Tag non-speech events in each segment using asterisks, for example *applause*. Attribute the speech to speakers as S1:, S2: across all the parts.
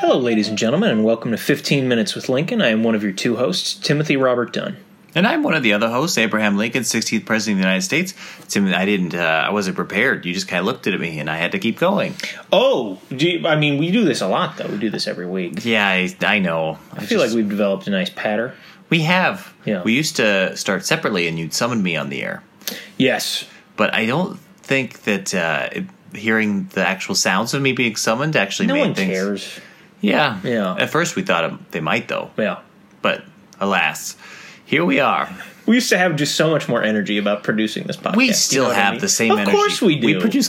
S1: Hello, ladies and gentlemen, and welcome to 15 Minutes with Lincoln. I am one of your two hosts, Timothy Robert Dunn.
S2: And I'm one of the other hosts, Abraham Lincoln, 16th President of the United States. Tim, I didn't, uh, I wasn't prepared. You just kind of looked at me, and I had to keep going.
S1: Oh, do you, I mean, we do this a lot, though. We do this every week.
S2: Yeah, I, I know.
S1: I feel like we've developed a nice patter.
S2: we have.
S1: Yeah.
S2: We used to start separately, and you'd summon me on the air.
S1: Yes.
S2: But I don't think that uh, it- hearing the actual sounds of me being summoned actually
S1: No
S2: made
S1: one
S2: things.
S1: cares.
S2: Yeah.
S1: Yeah.
S2: At first, we thought it, they might, though.
S1: Yeah.
S2: But alas, here we are.
S1: We used to have just so much more energy about producing this podcast.
S2: We
S1: you
S2: still
S1: know what I
S2: have
S1: mean?
S2: the same
S1: of
S2: energy.
S1: Of course we do.
S2: We produce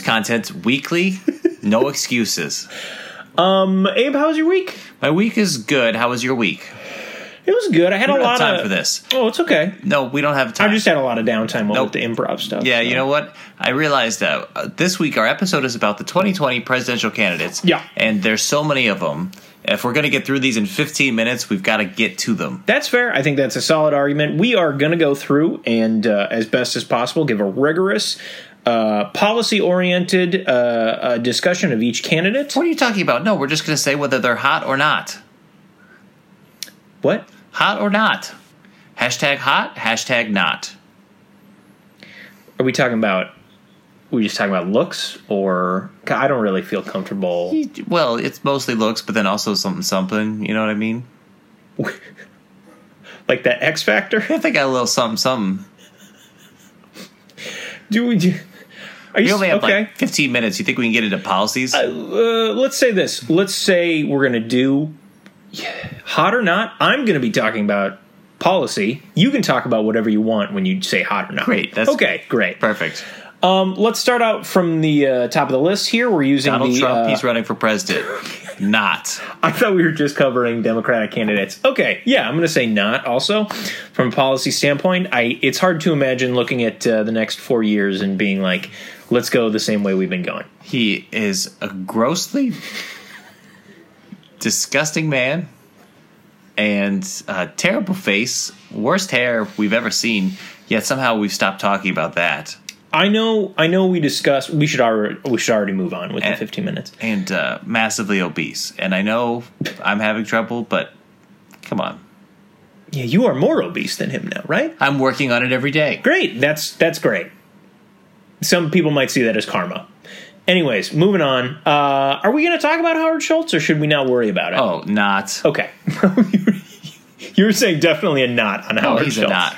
S1: *laughs*
S2: content weekly. No excuses.
S1: Um, Abe, how was your week?
S2: My week is good. How was your week?
S1: It was good. I had
S2: We
S1: a
S2: don't have
S1: lot
S2: time
S1: of
S2: for this.
S1: Oh, it's okay.
S2: No, we don't have
S1: I
S2: time.
S1: just had a lot of downtime
S2: Nope.
S1: with the improv stuff.
S2: yeah,
S1: so.
S2: you know what? I realized that uh, this week our episode is about the 2020 presidential candidates.
S1: Yeah.
S2: and there's so many of them. If we're going to get through these in 15 minutes, we've got to get to them.
S1: That's fair. I think that's a solid argument. We are going to go through and, uh, as best as possible, give a rigorous, uh, policy oriented uh, uh, discussion of each candidate.
S2: What are you talking about? No, we're just going to say whether they're hot or not.
S1: What?
S2: Hot or not. Hashtag hot. Hashtag not.
S1: Are we talking about? We just talking about looks, or I don't really feel comfortable.
S2: Well, it's mostly looks, but then also something something. You know what I mean?
S1: Like that X Factor? *laughs*
S2: I think I got a little something something.
S1: Do we? Do, are you
S2: We only have
S1: okay?
S2: like 15 minutes. You think we can get into policies?
S1: uh, let's say this. Let's say we're going to do hot or not. I'm going to be talking about policy. You can talk about whatever you want when you say hot or not.
S2: Great, that's-
S1: okay. Great.
S2: Perfect.
S1: Um, let's start out from the uh, top of the list. Here we're using
S2: Donald
S1: the.
S2: Trump,
S1: uh,
S2: he's running for president. Not.
S1: *laughs* I thought we were just covering Democratic candidates. Okay, yeah, I'm going to say not. Also, from a policy standpoint, I it's hard to imagine looking at uh, the next four years and being like, let's go the same way we've been going.
S2: He is a grossly disgusting man and a terrible face, worst hair we've ever seen, yet somehow we've stopped talking about that.
S1: I know. I know. We discussed. We should already. We should already move on within
S2: And-
S1: 15 minutes.
S2: And uh, massively obese. And I know I'm having trouble, but come on.
S1: Yeah, you are more obese than him now, right?
S2: I'm working on it every day.
S1: Great. That's that's great. Some people might see that as karma. Anyways, moving on. Uh, are we going to talk about Howard Schultz, or should we not worry about it?
S2: Oh, not.
S1: Okay. *laughs* you were saying definitely a not on
S2: Oh,
S1: Howard
S2: he's a
S1: Schultz.
S2: not.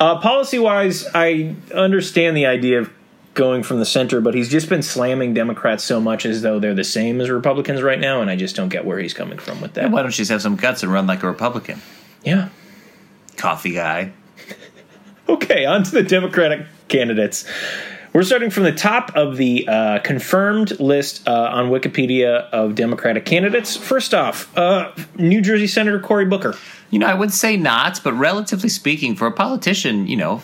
S1: Uh, policy wise, I understand the idea of going from the center, but he's just been slamming Democrats so much as though they're the same as Republicans right now, and I just don't get where he's coming from with that.
S2: Why don't you just have some guts and run like a Republican?
S1: Yeah.
S2: Coffee guy.
S1: Okay, on to the Democratic candidates. We're starting from the top of the uh, confirmed list uh, on Wikipedia of Democratic candidates. First off, uh, New Jersey Senator Cory Booker.
S2: You know, I would say not, but relatively speaking, for a politician, you know,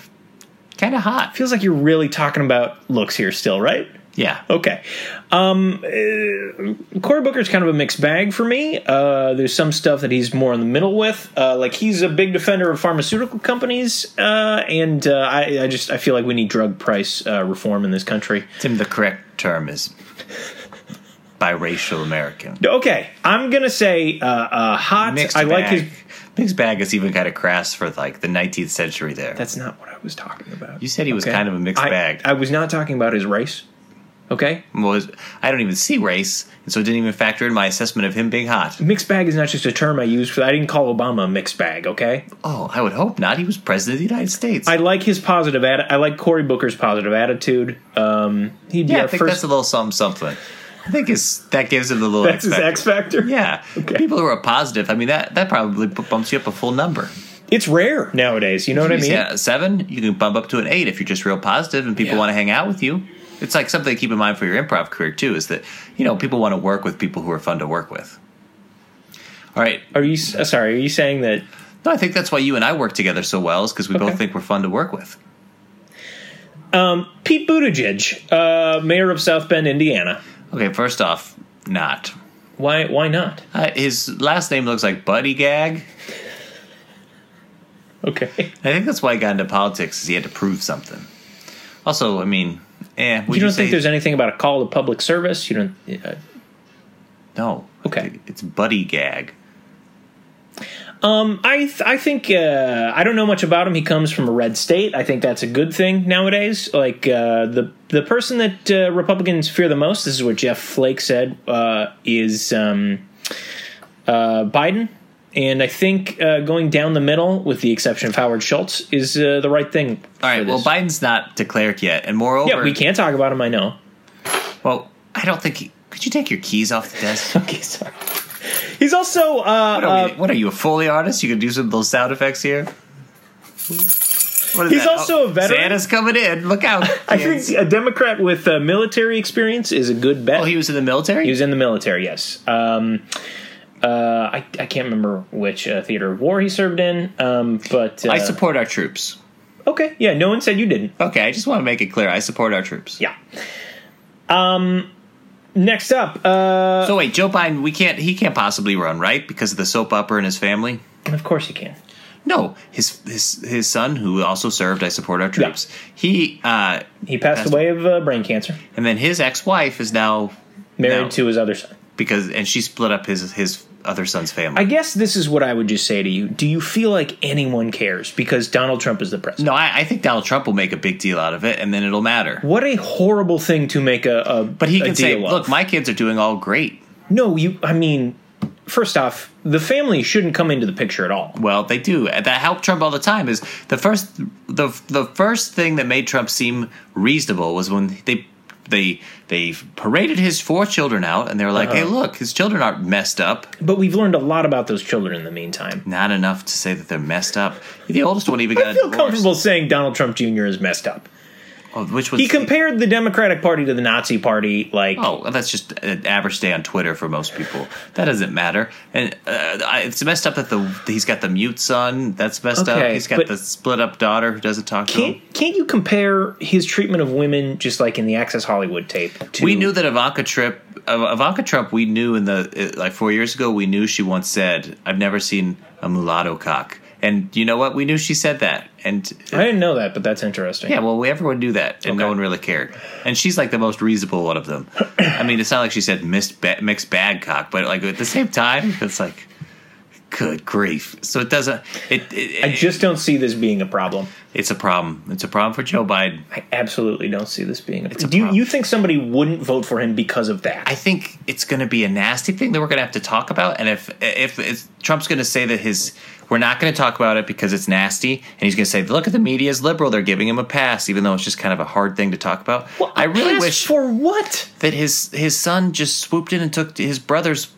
S2: kind of hot.
S1: Feels like you're really talking about looks here still, right?
S2: Yeah.
S1: Okay. Um, uh, Cory Booker's kind of a mixed bag for me. Uh, there's some stuff that he's more in the middle with. Uh, like he's a big defender of pharmaceutical companies, uh, and uh, I, I just I feel like we need drug price uh, reform in this country.
S2: Tim, the correct term is biracial American.
S1: Okay, I'm gonna say uh, uh, hot.
S2: Mixed
S1: I
S2: bag.
S1: like his.
S2: Mixed bag is even kind of crass for like the 19th century there.
S1: That's not what I was talking about.
S2: you said he was kind of a mixed
S1: I,
S2: bag.
S1: I was not talking about his race. Okay,
S2: was, I don't even see race, and so it didn't even factor in my assessment of him being hot.
S1: mixed bag is not just a term I use for. I didn't call Obama a mixed bag. Okay,
S2: Oh, I would hope not. He was president of the United States.
S1: I like his positive. Atti- I like Cory Booker's positive attitude. Um, he'd be
S2: yeah, I
S1: our
S2: think
S1: first.
S2: that's a little something something. I think it's, that gives him the little
S1: That's his
S2: X-factor.
S1: X factor.
S2: Yeah, people who are positive. I mean, that that probably b- bumps you up a full number.
S1: it's rare nowadays. You know what I
S2: You
S1: mean?
S2: see, at a seven, you can bump up to an eight if you're just real positive and people
S1: Yeah.
S2: want to hang out with you. It's like something to keep in mind for your improv career too. Is that you know people want to work with people who are fun to work with. All right.
S1: Are you s- uh, sorry? Are you saying that?
S2: No, I think that's why you and I work together so well is because we
S1: Okay.
S2: both think we're fun to work with.
S1: Pete Buttigieg, uh, mayor of South Bend, Indiana.
S2: Okay, first off, not.
S1: Why? Why not?
S2: Uh, his last name looks like Buddy Gag.
S1: Okay.
S2: I think that's why he got into politics is he had to prove something. Also, I mean, eh, would
S1: You
S2: you
S1: don't
S2: say
S1: think there's anything about a call to public service? You don't. Uh,
S2: No.
S1: Okay.
S2: It's its buddy gag?
S1: Um, I th- I think uh, I don't know much about him. He comes from a red state. I think that's a good thing nowadays. Like uh, the the person that uh, Republicans fear the most. This is what Jeff Flake said. Uh, is um, uh, Biden, and I think uh, going down the middle, with the exception of Howard Schultz, is uh, the right thing.
S2: All right.
S1: for
S2: Well,
S1: this.
S2: Biden's not declared yet, and moreover,
S1: yeah, we can't talk about him. I know.
S2: Well, I don't think. He, could you take your keys off
S1: *laughs*
S2: the desk?
S1: Okay, sorry. He's also uh,
S2: What are,
S1: uh,
S2: we, what are you, a Foley artist? You can do some of those sound effects here. What is
S1: He's also a veteran.
S2: Santa's coming in. Look out!
S1: *laughs* I think a Democrat with uh, military experience is a good bet.
S2: Oh, he was in the military.
S1: He was in the military, yes. Um, uh, I, I can't remember which uh, theater of war he served in, um, but uh,
S2: I support our troops.
S1: Okay, yeah, no one said you didn't.
S2: Okay, I just want to make it clear. I support our troops.
S1: Yeah. Um, next up, uh,
S2: So wait, Joe Biden, we can't. He can't possibly run, right? Because of the soap opera and his family.
S1: of course you can.
S2: No, his his his son, who also served. I support our troops. He uh,
S1: He passed
S2: Passed-
S1: away of uh, brain cancer,
S2: and then his ex wife is now
S1: married
S2: No.
S1: to his other son.
S2: because and she split up his his other son's family.
S1: I guess this is what I would just say to you. Do you feel like anyone cares because Donald Trump is the president?
S2: no, I, I think Donald Trump will make a big deal out of it, and then it'll matter.
S1: What a horrible thing to make a, a
S2: But he
S1: a
S2: can say,
S1: deal of.
S2: "Look, my kids are doing all great."
S1: no, you. I mean, first off, the family shouldn't come into the picture at all.
S2: Well, they do. That helped Trump all the time. Is the first the the first thing that made Trump seem reasonable was when they they they paraded his four children out, and they were
S1: Uh-huh.
S2: like, "Hey, look, his children aren't messed up."
S1: But we've learned a lot about those children in the meantime.
S2: Not enough to say that they're messed up. The oldest one even got
S1: I
S2: a
S1: feel
S2: divorce,
S1: comfortable saying Donald Trump Jr. is messed up.
S2: oh, which was
S1: He compared the Democratic Party to the Nazi Party. Like,
S2: Oh, well, that's just an average day on Twitter for most people. That doesn't matter. And uh, I- it's messed up that the he's got the mute son. That's messed up.
S1: Okay,
S2: He's got
S1: but-
S2: the split up daughter who doesn't talk to him.
S1: can't can't you compare his treatment of women, just like in the Access Hollywood tape? To,
S2: We knew that Ivanka Trump. Iv- Ivanka Trump. We knew in the uh, like four years ago. We knew she once said, "I've never seen a mulatto cock." And you know what? We knew she said that. And
S1: I didn't know that, but that's interesting.
S2: yeah, well, we, everyone knew that, and no
S1: Okay.
S2: one really cared. And she's like the most reasonable one of them. I mean, it's not like she said missed ba- mixed bag cock, but like at the same time, it's like, good grief. So it doesn't. It, it,
S1: I just don't see this being a problem.
S2: it's a problem. It's a problem for Joe Biden.
S1: I absolutely don't see this being a problem.
S2: a
S1: Do you,
S2: problem.
S1: you think somebody wouldn't vote for him because of that?
S2: I think it's going to be a nasty thing that we're going to have to talk about. And if if, if Trump's going to say that his we're not going to talk about it because it's nasty, and he's going to say, "Look at the media is liberal; they're giving him a pass," even though it's just kind of a hard thing to talk about.
S1: Well,
S2: I really
S1: pass
S2: wish
S1: for what
S2: that his his son just swooped in and took his brother's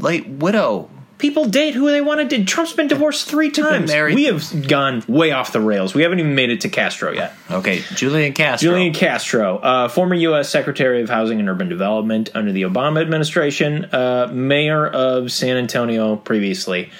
S2: late widow.
S1: people date who they want to date. Trump's been divorced three times.
S2: married-
S1: We have gone way off the rails. We haven't even made it to Castro yet.
S2: Okay, Julian Castro.
S1: Julian Castro, uh, former U.S. Secretary of Housing and Urban Development under the Obama administration, uh, mayor of San Antonio previously.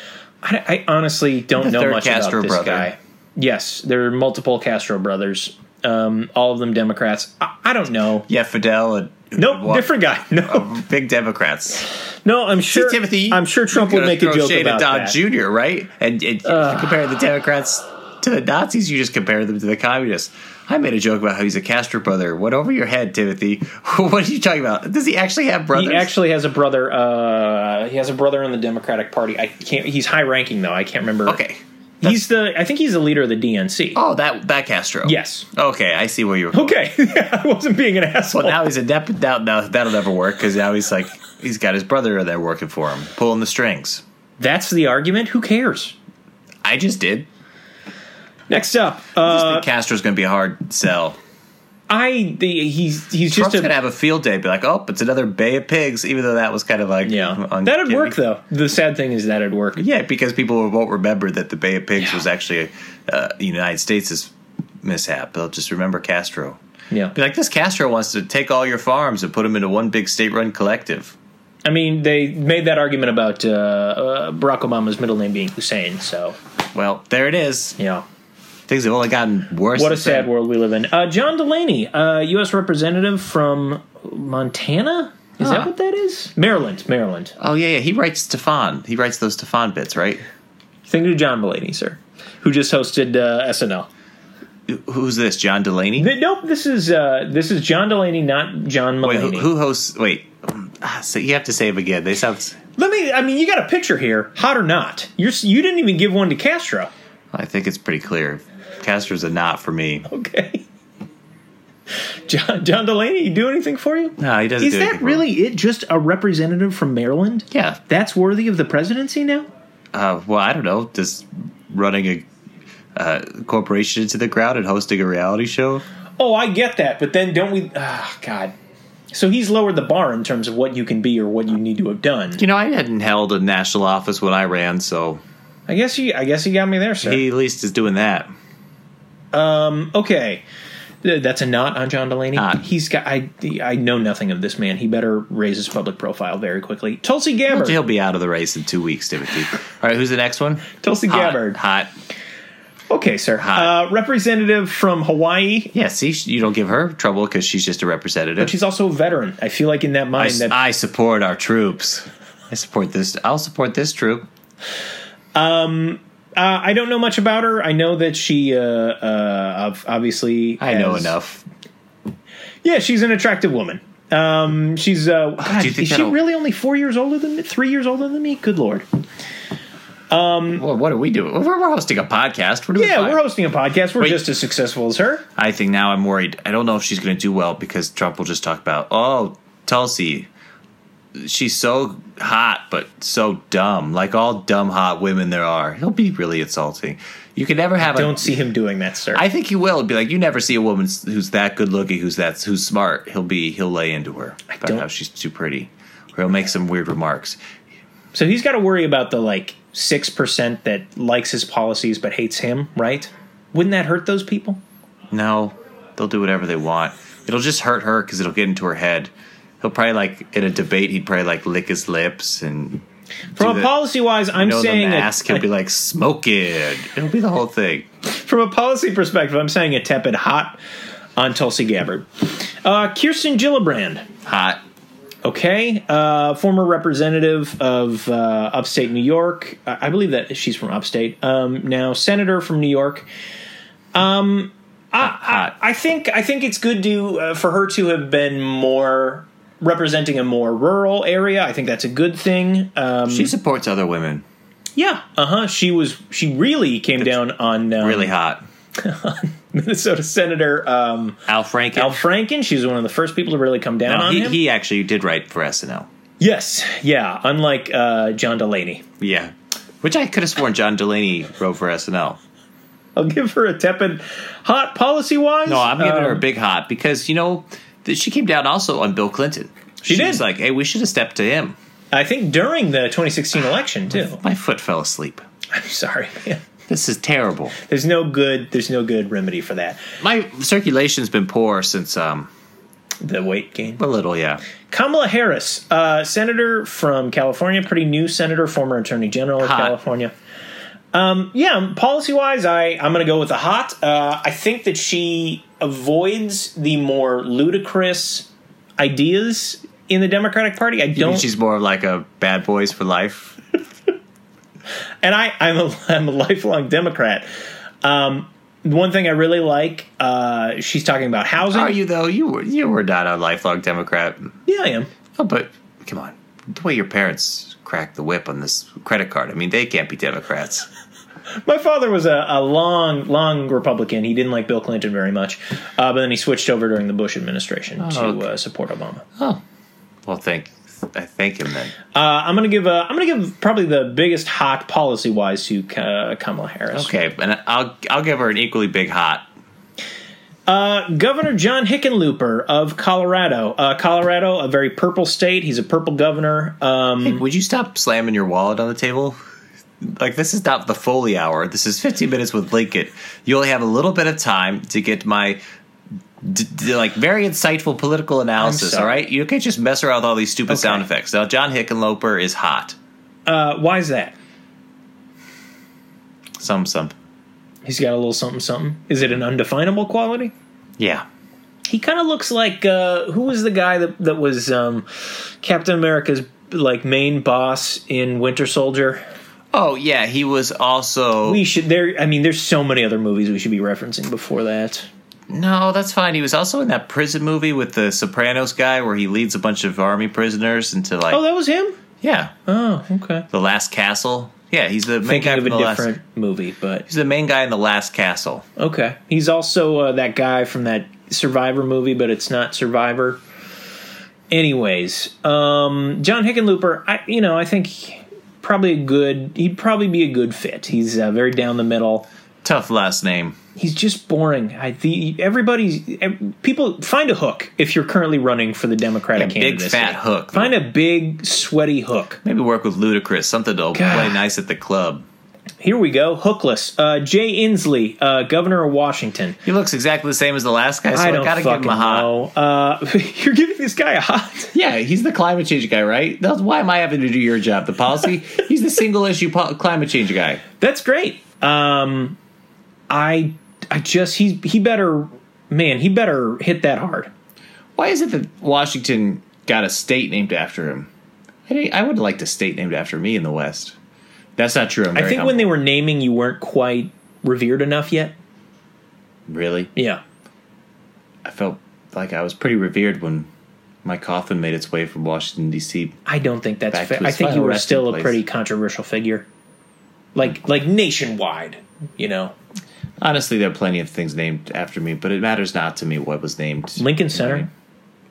S1: I, I honestly don't
S2: The
S1: know
S2: third
S1: much
S2: Castro
S1: about this
S2: brother.
S1: guy. Yes, there are multiple Castro brothers, um, all of them Democrats. I, I don't know.
S2: yeah, Fidel and
S1: Nope,
S2: Wa-
S1: different guy. *laughs* No,
S2: big Democrats.
S1: no, I'm sure.
S2: Um, Timothy,
S1: I'm sure Trump
S2: You're
S1: would
S2: gonna
S1: make a
S2: throw
S1: joke
S2: shade
S1: about
S2: at Don
S1: that.
S2: Jr. Right? And, and if you compare the Democrats to the Nazis, you just compare them to the communists. I made a joke about how he's a Castro brother. What over your head, Timothy? *laughs* what are you talking about? Does he actually have brothers?
S1: He actually has a brother. Uh, he has a brother in the Democratic Party. I can't. He's high ranking though. I can't remember.
S2: okay.
S1: he's the. I think he's the leader of the DNC.
S2: Oh, that that Castro.
S1: Yes.
S2: Okay, I see where you're.
S1: Okay. *laughs* I wasn't being an asshole.
S2: Well, now he's a dep- now, now that'll never work because now he's like he's got his brother there working for him, pulling the strings.
S1: That's the argument. Who cares?
S2: I just did.
S1: Next up,
S2: I just
S1: uh,
S2: think Castro's going to be a hard sell.
S1: I the, he's he's
S2: Trump's
S1: just
S2: going to
S1: a
S2: have a field day. Be like, oh, it's another Bay of Pigs. Even though that was kind of like
S1: yeah.
S2: on-
S1: That'd work though. The sad thing is that'd work.
S2: Yeah, because people won't remember that the Bay of Pigs
S1: Yeah.
S2: was actually a uh, United States' mishap. They'll just remember Castro.
S1: Yeah.
S2: Be like, this Castro wants to take all your farms and put them into one big state-run collective.
S1: I mean, they made that argument about uh, uh, Barack Obama's middle name being Hussein. So
S2: Well, there it is.
S1: yeah.
S2: Things have only gotten worse.
S1: What a
S2: since then.
S1: sad world we live in. Uh, John Delaney, uh, U.S. representative from Montana. Is
S2: Huh.
S1: that what that is? Maryland, Maryland.
S2: Oh yeah, yeah. He writes Stefan. He writes those Stefan bits, right?
S1: Thank you to John Delaney, sir, who just hosted uh, SNL.
S2: Who's this? John Delaney.
S1: Th- Nope, this is uh, this is John Delaney, not John
S2: Wait,
S1: Mulaney.
S2: who, who hosts? Wait, ah, so you have to say them again. They sound.
S1: Let me. I mean, you got a picture here, hot or not. You're you didn't even give one to Castro. *laughs*
S2: I think it's pretty clear. Castor's a not for me.
S1: Okay. John John Delaney, you do anything for you?
S2: No, he doesn't.
S1: Is
S2: do anything
S1: that
S2: for me.
S1: really it? Just a representative from Maryland?
S2: Yeah.
S1: That's worthy of the presidency now?
S2: Uh, well, I don't know. Does running a uh, corporation into the ground and hosting a reality show?
S1: Oh, I get that, but then don't we? Ah, God. So he's lowered the bar in terms of what you can be or what you need to have done.
S2: You know, I hadn't held a national office when I ran, so
S1: I guess you. I guess you got me there, sir.
S2: he at least is doing that.
S1: okay. Th- That's a knot on John Delaney.
S2: Knot.
S1: He's got. I. I know nothing of this man. He better raise his public profile very quickly. Tulsi Gabbard.
S2: He'll be out of the race in two weeks, Timothy. All right, who's the next one?
S1: Tulsi
S2: Hot,
S1: Gabbard.
S2: Hot.
S1: Okay, sir.
S2: Hi.
S1: Uh, representative from Hawaii.
S2: Yeah, see, sh- you don't give her trouble because she's just a representative.
S1: She's also a veteran. I feel like in that
S2: I,
S1: mind
S2: s-
S1: that
S2: I support our troops. I support this. I'll support this troop.
S1: Uh, I don't know much about her. I know that she, uh, uh, ob- obviously,
S2: I know
S1: has-
S2: enough.
S1: Yeah, she's an attractive woman. Um, she's uh, God,
S2: Do you
S1: is
S2: think
S1: she
S2: that'll-
S1: really only four years older than me? Three years older than me? Good lord!
S2: Well, what are we doing? We're, we're hosting a podcast. What are we
S1: Yeah,
S2: doing?
S1: we're hosting a podcast. We're
S2: Wait.
S1: just as successful as her.
S2: I think now I'm worried. I don't know if she's going to do well because Trump will just talk about, oh, Tulsi, she's so hot, but so dumb, like all dumb, hot women there are. He'll be really insulting. You can never have
S1: Don't
S2: a.
S1: see him doing that, sir.
S2: I think he will be like you never see a woman s- who's that good looking, who's that who's smart. He'll be he'll lay into her about
S1: don't-
S2: how she's too pretty, or he'll make some weird remarks.
S1: so he's got to worry about the like six percent that likes his policies but hates him, right? Wouldn't that hurt those people?
S2: No, they'll do whatever they want. It'll just hurt her because it'll get into her head. He'll probably like in a debate, he'd probably like lick his lips and
S1: From
S2: the-
S1: a policy wise, I'm
S2: know the
S1: saying a-
S2: mask. He'll be like, smoke it. It'll be the whole thing.
S1: from a policy perspective, I'm saying a tepid hot on Tulsi Gabbard. Uh, Kirsten Gillibrand,
S2: Hot.
S1: okay, uh, former representative of uh, upstate New York. I I believe that she's from upstate. Um, now senator from New York. Um,
S2: Hot.
S1: I think I think it's good to uh, for her to have been more representing a more rural area. I think that's a good thing. Um,
S2: She supports other women.
S1: yeah, uh huh. She was she really came down on um, *laughs*
S2: Really hot.
S1: Minnesota Senator um,
S2: Al Franken.
S1: Al Franken. She was one of the first people to really come down
S2: No,
S1: on
S2: he,
S1: him.
S2: he actually did write for SNL.
S1: Yes, yeah. Unlike uh, John Delaney,
S2: Yeah. Which I could have sworn John Delaney wrote for SNL.
S1: I'll give her a tepid hot Um, policy wise.
S2: No, I'm giving her a big hot because, you know, th- she came down also on Bill Clinton. She,
S1: did.
S2: was like, hey, we should have stepped to him.
S1: I think during the 2016 election too. *laughs*
S2: My foot fell asleep.
S1: I'm sorry, *laughs* man.
S2: This is terrible.
S1: There's no good. There's no good remedy for that.
S2: My circulation's been poor since um
S1: The weight gain.
S2: a little, yeah.
S1: Kamala Harris, uh, senator from California, pretty new senator, former attorney general of
S2: Hot.
S1: California. Um, yeah, policy wise, I I'm going to go with the hot. Uh, I think that she avoids the more ludicrous ideas in the Democratic Party. I
S2: You mean
S1: don't,
S2: She's more of like a bad boys for life
S1: and I I'm a *laughs* I'm a lifelong Democrat. Um, one thing I really like, uh, she's talking about housing.
S2: Are you though? You were you were not a lifelong Democrat.
S1: yeah, I am.
S2: Oh, but come on, the way your parents cracked the whip on this credit card. I mean, they can't be Democrats.
S1: My father was a, a long, long Republican. He didn't like Bill Clinton very much, uh, but then he switched over during the Bush administration to
S2: Oh, okay.
S1: uh, support Obama.
S2: Oh, well, thank I thank him then.
S1: Uh, I'm gonna give uh, I'm gonna give probably the biggest hot policy wise to uh, Kamala Harris.
S2: Okay, and I'll I'll give her an equally big hot.
S1: Uh, governor John Hickenlooper of Colorado, uh, Colorado, a very purple state. He's a purple governor. Um,
S2: Would you stop slamming your wallet on the table? Like this is not the Foley hour. This is 15 minutes with Lincoln. You only have a little bit of time to get my d- d- like very insightful political analysis.
S1: sorry.
S2: All right, you can't just mess around with all these stupid
S1: Okay.
S2: sound effects. Now, John Hickenlooper is hot.
S1: uh, why is that?
S2: Some some.
S1: He's got a little something something. Is it an undefinable quality?
S2: Yeah.
S1: He kind of looks like uh, who was the guy that that was um, Captain America's like main boss in Winter Soldier.
S2: Oh yeah, he was also
S1: We should there. I mean, there's so many other movies we should be referencing before that.
S2: No, that's fine. He was also in that prison movie with the Sopranos guy where he leads a bunch of army prisoners into like
S1: Oh, that was him.
S2: yeah,
S1: Oh, okay.
S2: the Last Castle. Yeah, he's the main
S1: Thinking
S2: guy
S1: of
S2: from
S1: a
S2: the last.
S1: different movie, but
S2: He's the main guy in the Last Castle.
S1: okay. He's also uh, that guy from that Survivor movie, but it's not Survivor. Anyways, um, John Hickenlooper, I you know I think probably a good. He'd probably be a good fit. He's uh, very down the middle.
S2: Tough last name.
S1: he's just boring. I the everybody's ev- people find a hook if you're currently running for the Democratic
S2: Yeah, big
S1: candidacy.
S2: fat hook.
S1: Find a big sweaty hook.
S2: Maybe work with Ludacris, something to play
S1: God.
S2: nice at the club.
S1: Here we go. Hookless. Uh, Jay Inslee, uh, governor of Washington.
S2: He looks exactly the same as the last guy, so I,
S1: I don't
S2: gotta give
S1: fucking
S2: him a hot.
S1: know. Uh, *laughs* you're giving this guy a hot. *laughs*
S2: Yeah, he's the climate change guy, right? That's why am I having to do your job? The
S1: *laughs*
S2: policy? he's the single issue po- climate change guy.
S1: That's great. Um, I I just he he better man he better hit that hard.
S2: Why is it that Washington got a state named after him? I, didn't- I would like the state named after me in the West. That's not true. I'm
S1: I
S2: very
S1: think
S2: humble.
S1: when they were naming you weren't quite revered enough yet.
S2: really,
S1: Yeah.
S2: I felt like I was pretty revered when my coffin made its way from Washington D.C.
S1: I don't think that's
S2: Back
S1: fair.
S2: to
S1: I
S2: his
S1: think you
S2: final
S1: were
S2: resting
S1: still a
S2: place.
S1: pretty controversial figure, like like nationwide. You know,
S2: Honestly, there are plenty of things named after me, but it matters not to me what was named.
S1: Lincoln Center,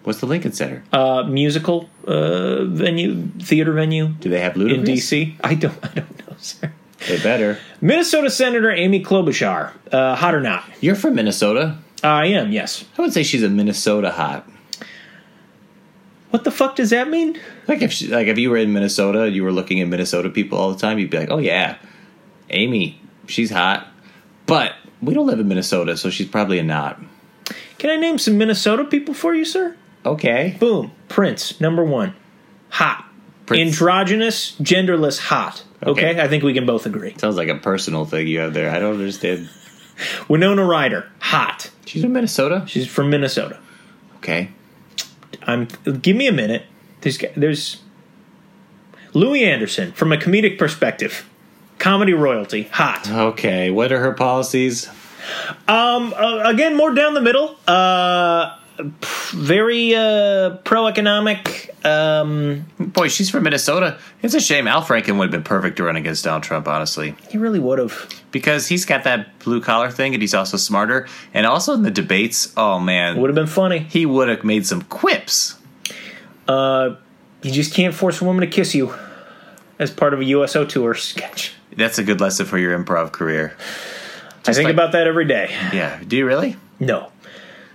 S2: What's the Lincoln Center?
S1: uh, musical uh, venue, theater venue
S2: do they have Ludacris?
S1: in D.C. I don't, I don't know, sir.
S2: They better.
S1: Minnesota Senator Amy Klobuchar, uh, hot or not?
S2: You're from Minnesota.
S1: I am. Yes.
S2: I would say she's a Minnesota hot.
S1: What the fuck does that mean?
S2: Like if she, like if you were in Minnesota, and you were looking at Minnesota people all the time, you'd be like, "Oh yeah, Amy, she's hot." But we don't live in Minnesota, so she's probably a not.
S1: Can I name some Minnesota people for you, sir?
S2: Okay.
S1: Boom. Prince, number one, hot.
S2: Prince.
S1: Androgynous, genderless, hot.
S2: Okay.
S1: okay, I think we can both agree.
S2: Sounds like a personal thing you have there. I don't understand.
S1: Winona Ryder, hot.
S2: She's from Minnesota.
S1: She's from Minnesota.
S2: Okay.
S1: I'm give me a minute. There's there's Louis Anderson from a comedic perspective, comedy royalty, hot.
S2: Okay. What are her policies?
S1: Um, uh, again, more down the middle. Uh, p- very uh, pro economic. Um,
S2: Boy, she's from Minnesota. It's a shame Al Franken would have been perfect to run against Donald Trump, honestly.
S1: he really would have.
S2: because he's got that blue collar thing and he's also smarter. And also in the debates, oh man,
S1: Would have been funny.
S2: he would have made some quips.
S1: You just can't force a woman to kiss you, as part of a USO tour sketch.
S2: That's a good lesson for your improv career.
S1: I think
S2: like-
S1: about that every day.
S2: Yeah. Do you really?
S1: No,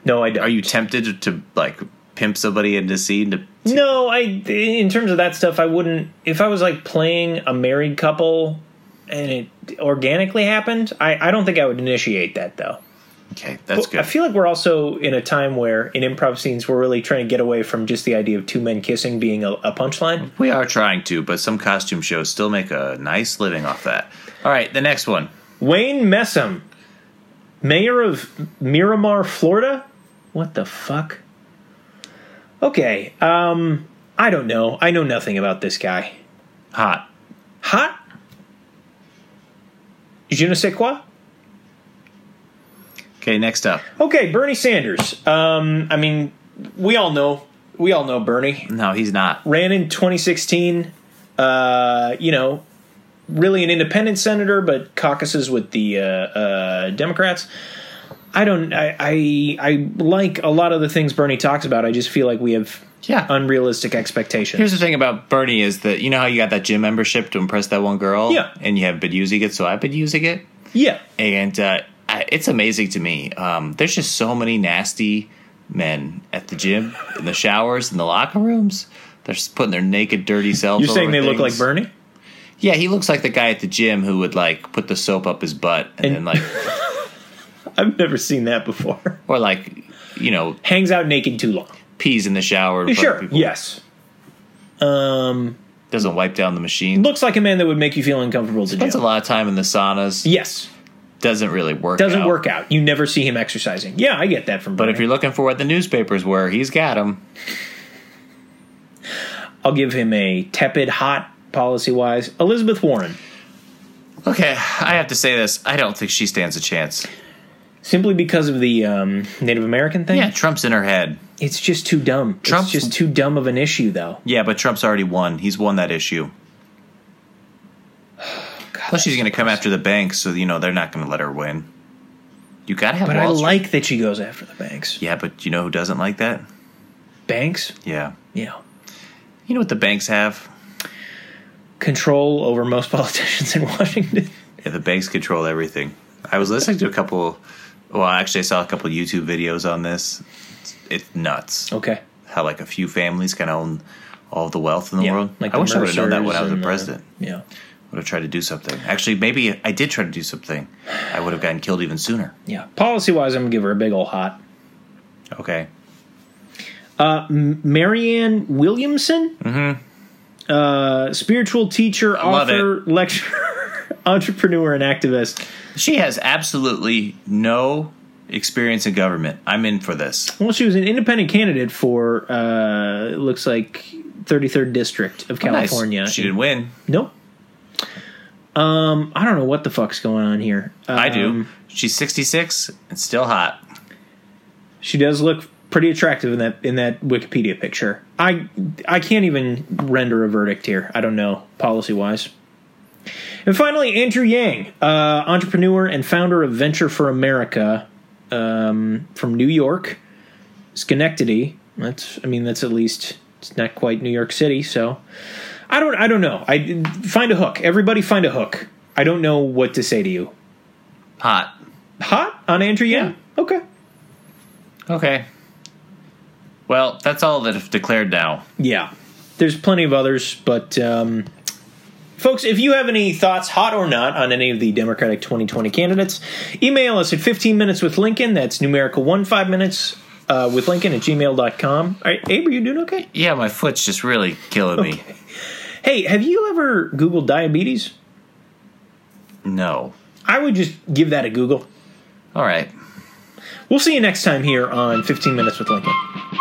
S1: no, I don't.
S2: Are you tempted to, like pimp somebody into scene? To,
S1: No, I in terms of that stuff, I wouldn't. If I was like playing a married couple and it organically happened, I, I don't think I would initiate that though.
S2: okay, that's
S1: I
S2: good.
S1: feel like we're also in a time where in improv scenes we're really trying to get away from just the idea of two men kissing being a, a punchline.
S2: we are trying to, but some costume shows still make a nice living off that. All right, the next one.
S1: Wayne Messam, mayor of Miramar, Florida. What the fuck? Okay, um, I don't know. I know nothing about this guy.
S2: Hot.
S1: Hot? Je ne sais quoi?
S2: Okay, next up.
S1: Okay, Bernie Sanders. Um, I mean, we all know we all know Bernie
S2: No, he's not.
S1: ran in 2016. Uh, you know, really an independent senator, but caucuses with the uh, uh, Democrats. I don't. I, I I like a lot of the things Bernie talks about. I just feel like we have
S2: Yeah.
S1: unrealistic expectations.
S2: Here's the thing about Bernie is that you know how you got that gym membership to impress that one girl?
S1: Yeah.
S2: And you have been using it, so I've been using it.
S1: yeah,
S2: and uh, I, it's amazing to me. Um, there's just so many nasty men at the gym, in the showers, in the locker rooms. They're just putting their naked, dirty selves.
S1: you're saying
S2: over
S1: they look
S2: things.
S1: like Bernie.
S2: Yeah, he looks like the guy at the gym who would like put the soap up his butt and,
S1: And-
S2: then like,
S1: I've never seen that before. *laughs*
S2: or like, you know,
S1: Hangs out naked too long.
S2: pees in the shower. in front of
S1: Sure.
S2: people.
S1: Yes.
S2: doesn't wipe down the machine.
S1: Looks like a man that would make you feel uncomfortable to
S2: Spends a
S1: do.
S2: lot of time in the saunas.
S1: Yes.
S2: Doesn't really work.
S1: doesn't
S2: out.
S1: work out. You never see him exercising. Yeah, I get that from.
S2: But if you're looking for what the newspapers were, he's got them.
S1: I'll give him a tepid hot policy wise. Elizabeth Warren.
S2: Okay, I have to say this. I don't think she stands a chance.
S1: simply because of the um, Native American thing.
S2: Yeah, Trump's in her head.
S1: It's just too dumb.
S2: Trump's-
S1: it's just too dumb of an issue, though.
S2: Yeah, but Trump's already won. He's won that issue. Plus, she's going to come after the banks, so you know they're not going to let her win. You got to have.
S1: But I
S2: Wall Street.
S1: like that she goes after the banks.
S2: Yeah, but you know who doesn't like that?
S1: Banks,
S2: Yeah.
S1: yeah,
S2: You know what the banks have?
S1: control over most *laughs* politicians in Washington.
S2: Yeah, the banks control everything. I was listening to a couple. Well, actually, I saw a couple YouTube videos on this. It's, it's nuts
S1: Okay,
S2: how like a few families can own all the wealth in the
S1: yeah,
S2: world. I
S1: the
S2: wish I would have known that when I
S1: Mercers
S2: was the
S1: and, uh,
S2: president.
S1: yeah,
S2: would have tried to do something. Actually, maybe I did try to do something. I would have gotten killed even sooner.
S1: yeah. Policy wise, I'm gonna give her a big old hot.
S2: Okay.
S1: Marianne Williamson, uh, spiritual teacher,
S2: Mm-hmm. love
S1: author, lecturer, *laughs* entrepreneur, and activist.
S2: She has absolutely no experience in government. I'm in for this.
S1: Well, she was an independent candidate for uh, it looks like 33rd district of
S2: Oh, Nice.
S1: California.
S2: She didn't win.
S1: Nope. Um, I don't know what the fuck's going on here. Um,
S2: I do. She's 66 and still hot.
S1: She does look pretty attractive in that in that Wikipedia picture. I I can't even render a verdict here. I don't know policy wise. And finally, Andrew Yang, uh, entrepreneur and founder of Venture for America, um, from New York, Schenectady. That's I mean that's at least it's not quite New York City. So I don't I don't know. I find a hook. Everybody find a hook. I don't know what to say to you.
S2: Hot.
S1: Hot on Andrew Yang. Okay.
S2: Okay. Well, that's all that have declared now.
S1: Yeah. There's plenty of others, but um, folks, if you have any thoughts, hot or not, on any of the Democratic 2020 candidates, email us at 15 minutes with Lincoln. That's numerical one five minutes uh, with Lincoln at gmail.com. All right, Abe, are you doing okay?
S2: Yeah, my foot's just really killing me.
S1: Hey, have you ever Googled diabetes?
S2: No.
S1: I would just give that a Google.
S2: All right.
S1: We'll see you next time here on 15 Minutes with Lincoln.